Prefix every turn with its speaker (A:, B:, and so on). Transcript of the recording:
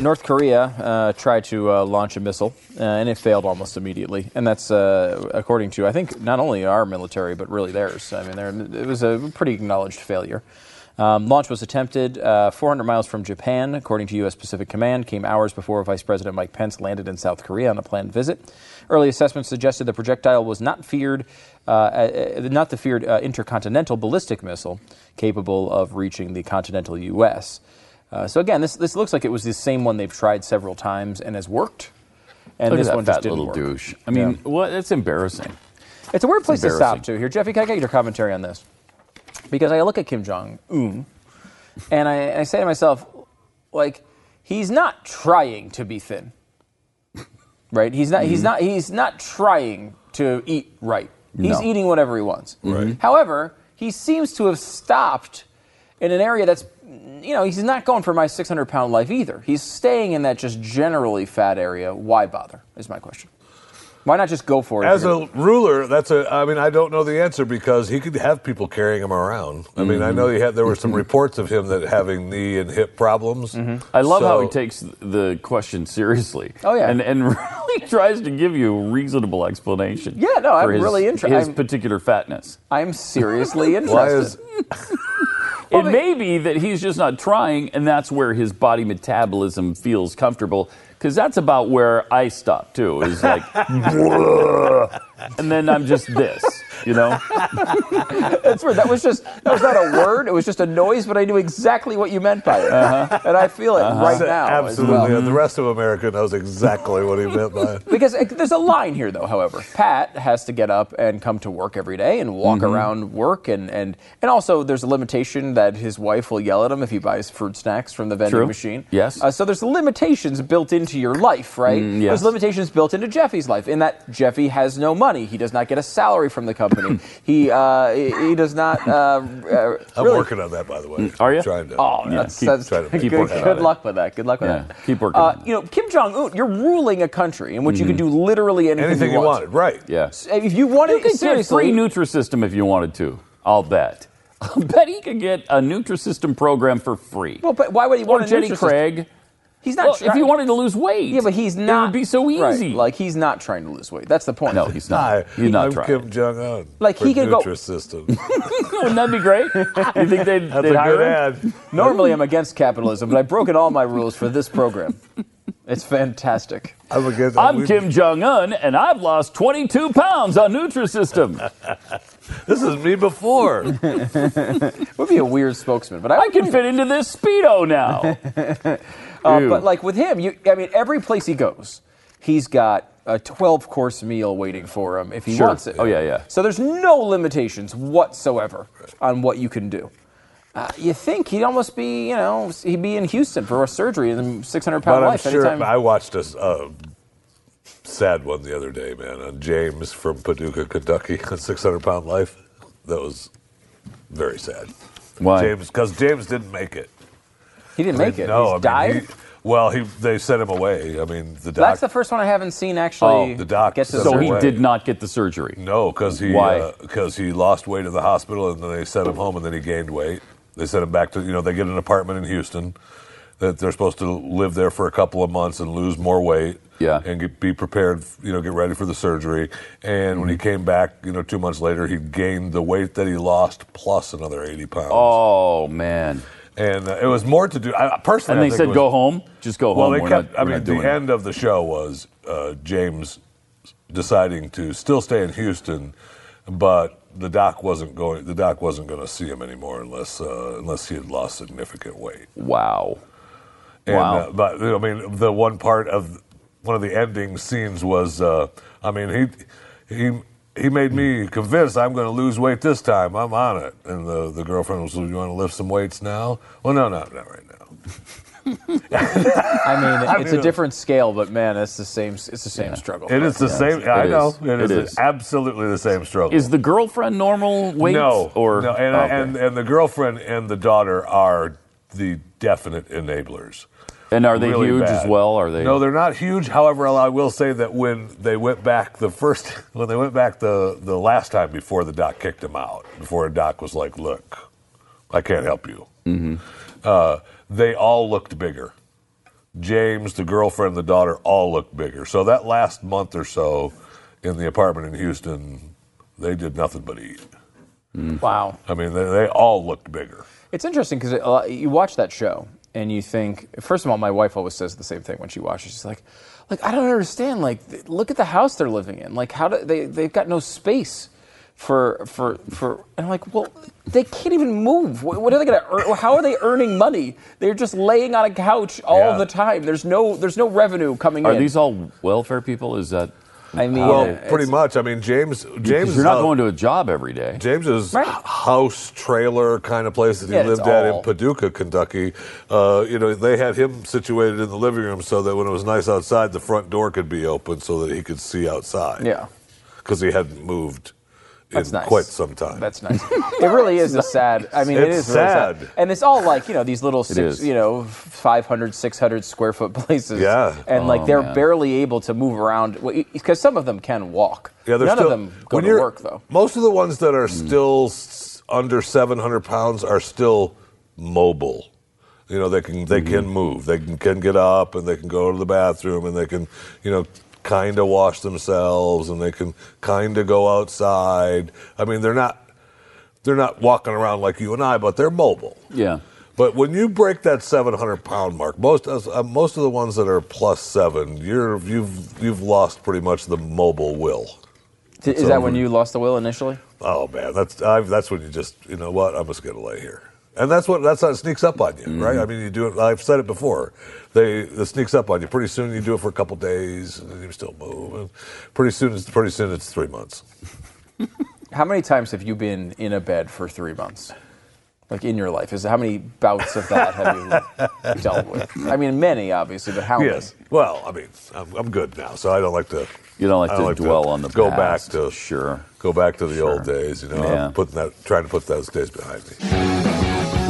A: North Korea uh, tried to uh, launch a missile, uh, and it failed almost immediately. And that's uh, according to, I think, not only our military, but really theirs. I mean, they're- it was a pretty acknowledged failure. Um, launch was attempted uh, 400 miles from Japan, according to U.S. Pacific Command, came hours before Vice President Mike Pence landed in South Korea on a planned visit. Early assessments suggested the projectile was not feared, uh, uh, not the feared uh, intercontinental ballistic missile capable of reaching the continental U.S. Uh, so again, this this looks like it was the same one they've tried several times and has worked, and
B: Look
A: this
B: at that
A: one
B: fat
A: just didn't
B: little
A: work.
B: douche. I mean, what? It's embarrassing.
A: It's a weird place to stop
B: embarrassing.
A: to here, Jeffy. Can I get your commentary on this? Because I look at Kim Jong Un, and I, I say to myself, like, he's not trying to be thin, right? He's not.
B: Mm-hmm.
A: He's not. He's not trying to eat right. He's
B: No. Mm-hmm.
A: eating whatever he wants. Right. However, he seems to have stopped in an area that's. You know, he's not going for my 600 pound life either. He's staying in that just generally fat area. Why bother? Is my question. Why not just go for it? if
C: As
A: you're
C: a ruler, that's a. I mean, I don't know the answer because he could have people carrying him around. I mean, I know he had. There were
A: Mm-hmm.
C: some reports of him that having knee and hip problems.
B: I love how he
C: So-
B: takes the question seriously.
A: Oh, yeah.
B: and and really tries to give you a reasonable explanation.
A: Yeah, no, I'm
B: for his,
A: really inter-
B: His
A: I'm-
B: particular fatness.
A: I'm seriously interested.
C: Why is
B: it may be that he's just not trying, and that's where his body metabolism feels comfortable. Because that's about where I stop too. Is like, and then I'm just this, you know.
A: That's weird. That was just that was not a word. It was just a noise, but I knew exactly what you meant by it,
C: Uh-huh.
A: and I feel it right now. as
C: absolutely?
A: well.
C: The rest of America knows exactly what he meant by. it.
A: Because uh, there's a line here, though. However, Pat has to get up and come to work every day and walk
B: Mm-hmm.
A: around work, and, and and also there's a limitation that his wife will yell at him if he buys fruit snacks from the vending
B: True.
A: machine.
B: Yes.
A: Uh, so there's limitations built into your life, right?
B: Mm, yes.
A: There's limitations built into Jeffy's life in that Jeffy has no money. He does not get a salary from the company. he uh, he he does not. Uh, uh,
C: I'm
A: really-
C: working on that, by the way.
B: are ya?
C: Trying to.
A: Oh,
B: Yeah,
A: that's,
B: keep-
A: that's
C: try to
A: good,
C: keep working on
A: good
C: it.
A: luck with that. Good luck with
B: Yeah,
A: that.
B: keep working
A: Uh,
B: on it. Mm-hmm.
A: you know, Kim Jong Un, you're ruling a country in which you can do literally anything,
C: anything
A: you
C: you
A: want.
C: wanted, right?
B: Yeah.
A: If you wanted,
B: You could get
A: seriously,
B: free Nutrisystem if you wanted to. I'll bet. I'll bet he could get a Nutrisystem program for free.
A: well, but why would he
B: or
A: want a
B: Jenny
A: Nutrisystem?
B: Craig.
A: He's not.
B: Well,
A: trying-
B: if he wanted to lose weight.
A: yeah, but he's not.
B: It would be so
A: right,
B: easy.
A: Like he's not trying to lose weight. That's the point.
B: no, he's
C: Hi,
B: not. he's not
C: I'm
B: trying.
C: Kim Jong Un.
A: Like, he could go-
C: System.
B: Wouldn't that be great? You think they'd,
C: That's
B: they'd
C: a
B: hire
C: good
B: him?
C: ad.
A: Normally, I'm against capitalism, but I've broken all my rules for this program. It's fantastic.
C: I'm against.
B: I'm
C: we-
B: Kim Jong Un, and I've lost 22 pounds on Nutrisystem.
C: This is me before.
A: It would be a weird spokesman, but I,
B: I can fit into this speedo now.
A: Uh,
B: Ew.
A: but like with him, you, I mean, every place he goes, he's got a 12 course meal waiting for him if he
B: Sure.
A: wants it.
B: Oh, yeah, yeah.
A: So there's no limitations whatsoever on what you can do. Uh, you think he'd almost be, you know, he'd be in Houston for a surgery and 600 pound
C: But I'm
A: life
C: sure
A: anytime.
C: I watched a s- uh, sad one the other day, man, on James from Paducah, Kentucky, on 600 Pound Life. That was very sad.
B: Why?
C: James, because James didn't make it.
A: he didn't make it.
C: No,
A: he's
C: I mean,
A: died.
C: he- well, he, they sent him away. I mean, the doc.
A: That's the first one I haven't seen actually.
C: Oh, the doc
A: Get to
C: said
B: so
A: surgery.
B: he
C: way.
B: did not get the surgery.
C: no, because he
B: Why?
C: because he lost weight in the hospital, and then they sent him home, and then he gained weight. They sent him back to you know they get an apartment in Houston that they're supposed to live there for a couple of months and lose more weight.
B: Yeah.
C: and get, be prepared, you know, get ready for the surgery. And when he
B: Mm-hmm.
C: came back, you know, two months later, he gained the weight that he lost plus another 80 pounds.
B: Oh man!
C: And uh, it was more to do. I, personally,
B: And
C: I
B: they
C: think
B: said
C: it was-
B: go home. Just go
C: Well,
B: home.
C: they
B: We're
C: kept.
B: not-
C: I
B: we're
C: mean,
B: not
C: the
B: doing it.
C: end of the show was uh, James deciding to still stay in Houston, but the doc wasn't going. The doc wasn't going to see him anymore unless uh, unless he had lost significant weight.
B: Wow.
C: And,
B: Wow.
C: uh, but I mean, the one part of one of the ending scenes was, uh, I mean, he he he made me convinced I'm going to lose weight this time. I'm on it. And the the girlfriend was, "You want to lift some weights now?" Well, no, no, not right now.
A: I mean, it's
C: mean,
A: a different scale, but man, it's the same. It's the same struggle.
C: It is the same. I
B: is.
C: know it
B: It
C: is,
B: is.
C: absolutely the same struggle.
B: Is the girlfriend normal weight?
C: no,
B: Or
C: no, and,
B: Oh, okay.
C: and and the girlfriend and the daughter are the definite enablers.
B: And are they
C: Really
B: huge
C: bad.
B: as well? Are they?
C: No, they're not huge. However, I will say that when they went back the first, when they went back the the last time before the doc kicked him out, before doc was like, "Look, I can't help you." Uh, they all looked bigger. James, the girlfriend, the daughter, all looked bigger. So that last month or so in the apartment in Houston, they did nothing but eat.
A: Wow.
C: I mean, they, they all looked bigger.
A: It's interesting because you watch that show and you think. First of all, my wife always says the same thing when she watches. She's like, "Like I don't understand. Like th- look at the house they're living in. Like how do they? They've got no space." For for for, and I'm like, well, they can't even move. What, what are they gonna? Earn, how are they earning money? They're just laying on a couch all
C: Yeah.
A: the time. There's no there's no revenue coming
B: are
A: in.
B: these all welfare people? Is that?
A: I mean,
C: Well,
A: it's-
C: pretty much. I mean, James, James,
B: Because you're not going to a job every day.
C: James's
A: Right.
C: house trailer kind of place that he
A: Yeah, it's
C: lived at in
A: all-
C: Paducah, Kentucky. Uh, you know, they had him situated in the living room so that when it was nice outside, the front door could be open so that he could see outside.
A: Yeah.
C: because he hadn't moved in
A: That's nice.
C: quite some time.
A: That's nice. it really is a sad. I mean, it
C: It's
A: is really sad.
C: sad.
A: And it's all like you know these little six,
B: is.
A: you know, 500, 600 square foot places.
C: Yeah.
A: And like
B: Oh,
A: they're
B: man.
A: barely able to move around because some of them can walk.
C: Yeah, they're
A: None
C: still,
A: of them go
C: when
A: to
C: you're-
A: work though. Hmm.
C: Most of the ones that are still s- under 700 pounds are still mobile. You know, they can
A: Mm-hmm.
C: they can move. They can, can get up and they can go to the bathroom and they can, you know, kind of wash themselves and they can kind of go outside. I mean, they're not they're not walking around like you and I, but they're mobile.
B: Yeah.
C: But when you break that 700 pound mark, most of, uh, most of the ones that are plus seven, you're you've you've lost pretty much the mobile will.
A: Is
C: it's
A: that when
C: over.
A: you lost the will initially?
C: Oh man, that's i that's when you just you know what I'm just gonna lay here, and that's what that's how it sneaks up on you, right? I mean, you do it. I've said it before. They it sneaks up on you. Pretty soon you do it for a couple days, and then you're still moving. Pretty soon, it's pretty soon it's three months.
A: How many times have you been in a bed for three months? Like in your life, is how many bouts of that have you dealt with? I mean, many obviously, but how many?
C: Yes. Well, I mean, I'm, I'm good now, so I don't like to.
B: You don't like
C: I
B: to dwell on the
C: go
B: past.
C: back to
B: Sure.
C: Go back to the old days, you know.
B: Yeah.
C: I'm putting that, trying to put those days behind me.